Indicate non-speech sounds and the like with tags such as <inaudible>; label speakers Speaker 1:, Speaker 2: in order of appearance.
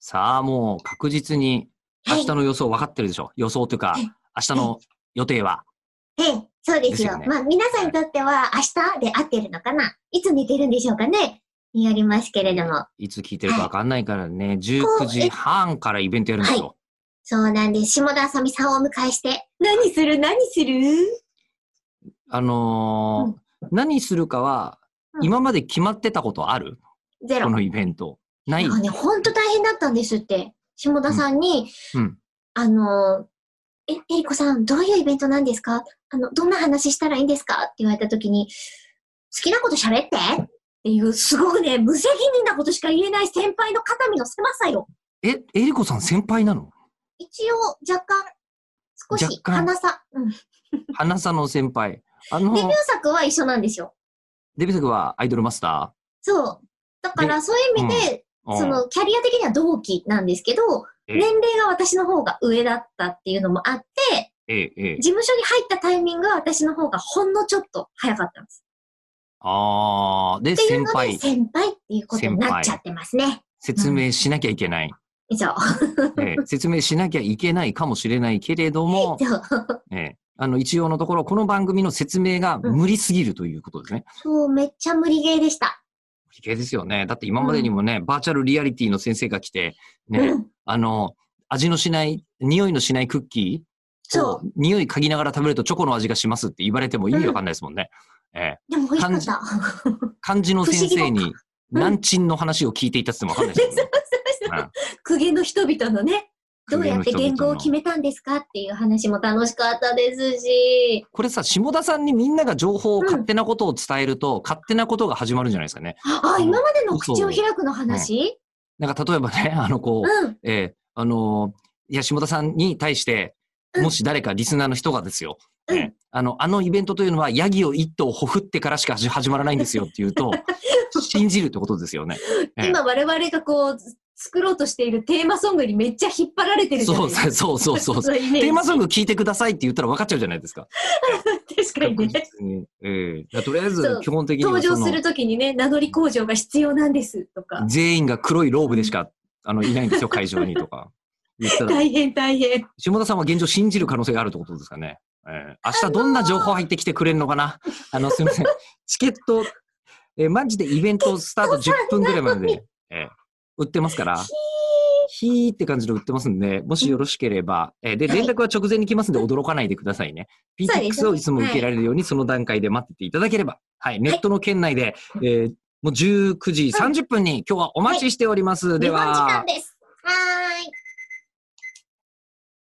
Speaker 1: さあ、もう確実に
Speaker 2: は
Speaker 1: 明
Speaker 2: い
Speaker 1: 日。の予想分かってるでしょ、予想というか
Speaker 2: はい、
Speaker 1: 明日の予定は。
Speaker 2: ええ、そうですよ。
Speaker 1: ですよね
Speaker 2: まあ、皆さんにとっては明日で合ってるのかないつ寝てるんでしょうかねによりますけれども。
Speaker 1: いつ聞いてるか分かんないからね、19時半からイベントやるんですよ。
Speaker 2: そうなんです。下田あさみさんをお迎えして、何する何する
Speaker 1: あのー何するかは、
Speaker 2: うん
Speaker 1: 今まで決まってたことある
Speaker 2: ゼロ。
Speaker 1: この
Speaker 2: なん
Speaker 1: イベント。ない
Speaker 2: かね、ほんと大変だったんですって。下田さんに、
Speaker 1: うん。
Speaker 2: あの、え、えりこさん、どういうイベントなんですかあの、どんな話したらいいんですかって言われたときに、好きなこと喋ってっていう、すごくね、無責任なことしか言えない先輩の肩身の狭さよ。
Speaker 1: え、えりこさん先輩なの
Speaker 2: 一応、若干、少し、
Speaker 1: 若干
Speaker 2: 鼻さ。うん。デ
Speaker 1: 花さの先輩。あの
Speaker 2: ビュー作は一緒なんですよ。
Speaker 1: デビュー作はアイドルマスタ
Speaker 2: そう。だから、そういう意味で、
Speaker 1: ーうん
Speaker 2: その、キャリア的には同期なんですけど、
Speaker 1: ええ
Speaker 2: 年齢が私の方が上だったっていうのもあって、
Speaker 1: ええ、ええ。
Speaker 2: 事務所に入ったタイミングは私の方がほんのちょっと早かったんです。
Speaker 1: あー、で、
Speaker 2: っていう
Speaker 1: 先
Speaker 2: ので
Speaker 1: 輩、
Speaker 2: 先輩っていうことになっちゃってますね。
Speaker 1: 説明しなきゃいけない。
Speaker 2: 以上。
Speaker 1: ええ説明しなきゃいけないかもしれないけれども、
Speaker 2: そう
Speaker 1: ええあの一応のところ、この番組の説明が無理すぎるということですね。
Speaker 2: そう、めっちゃ無理ゲーでした。
Speaker 1: 危険ですよね。だって今までにもね、バーチャルリアリティの先生が来て、ね、
Speaker 2: うん。
Speaker 1: あの、味のしない、匂いのしないクッキー
Speaker 2: そ
Speaker 1: を匂い嗅ぎながら食べるとチョコの味がしますって言われても意味わかんないですもんね。え
Speaker 2: う。でも美味しかった。
Speaker 1: え漢字の先生に
Speaker 2: うん
Speaker 1: 南鎮の話を聞いていたって言ってもわかんないです
Speaker 2: <laughs>
Speaker 1: もんね。うん
Speaker 2: 公家の人々のね、どうやって言語を決
Speaker 1: め
Speaker 2: めたんですかっていう話も楽しかったですし、
Speaker 1: これさ、下田さんにみんなが情報を勝手なことを伝えると、勝手なことが始まるんじゃないですかね。
Speaker 2: あ、あ今までの口を開くの話
Speaker 1: なんか例えばね、あのこう、
Speaker 2: うん。
Speaker 1: ええあのーいや、下田さんに対して、
Speaker 2: うん
Speaker 1: もし誰かリスナーの人がですよ、
Speaker 2: うん
Speaker 1: ええあの、あのイベントというのは、ヤギを一頭ほふってからしか始始まらないんですよっていう
Speaker 2: <laughs>
Speaker 1: と、信じるってことですよね。ええ
Speaker 2: 今我々がこう、作ろうとしているテーマソングにめっちゃ引っ張られてるじゃな
Speaker 1: そ
Speaker 2: いうですか
Speaker 1: そう。そうそうそう。
Speaker 2: そういうイメージ
Speaker 1: テーマソング聞いてくださいって言ったら分かっちゃうじゃないですか。
Speaker 2: 確かに
Speaker 1: 確
Speaker 2: ね。
Speaker 1: 実にええだからとりあえず
Speaker 2: そう、
Speaker 1: 基本的には
Speaker 2: 登
Speaker 1: そ
Speaker 2: 場
Speaker 1: の
Speaker 2: す、るときにね、名乗り工場が必要なんですとか。
Speaker 1: 全員が黒いローブでしか、あの、いないんですよ、会場にとか。言ったら、
Speaker 2: 大変大変。
Speaker 1: 下田さんは現状信じる可能性があるってことですかね。えー、明日どんな情報入ってきてくれるのかな、あの、すみません。チケット、えーマジでイベントスター <laughs> ト10分ぐらいまでで、えー売ってます <laughs> から、ひーって感じで売ってますんで、もしよろしければ、えーで、
Speaker 2: はい
Speaker 1: 連絡は直前に来ますんで驚かないでくださいね。
Speaker 2: そうです
Speaker 1: PTX をいつも受けられるようにその段階で待ってていただければ、はい、ネットの圏内で、えーもう19時30分に今日はお待ちしております。で
Speaker 2: 日本時
Speaker 1: は
Speaker 2: 間、です。はーい。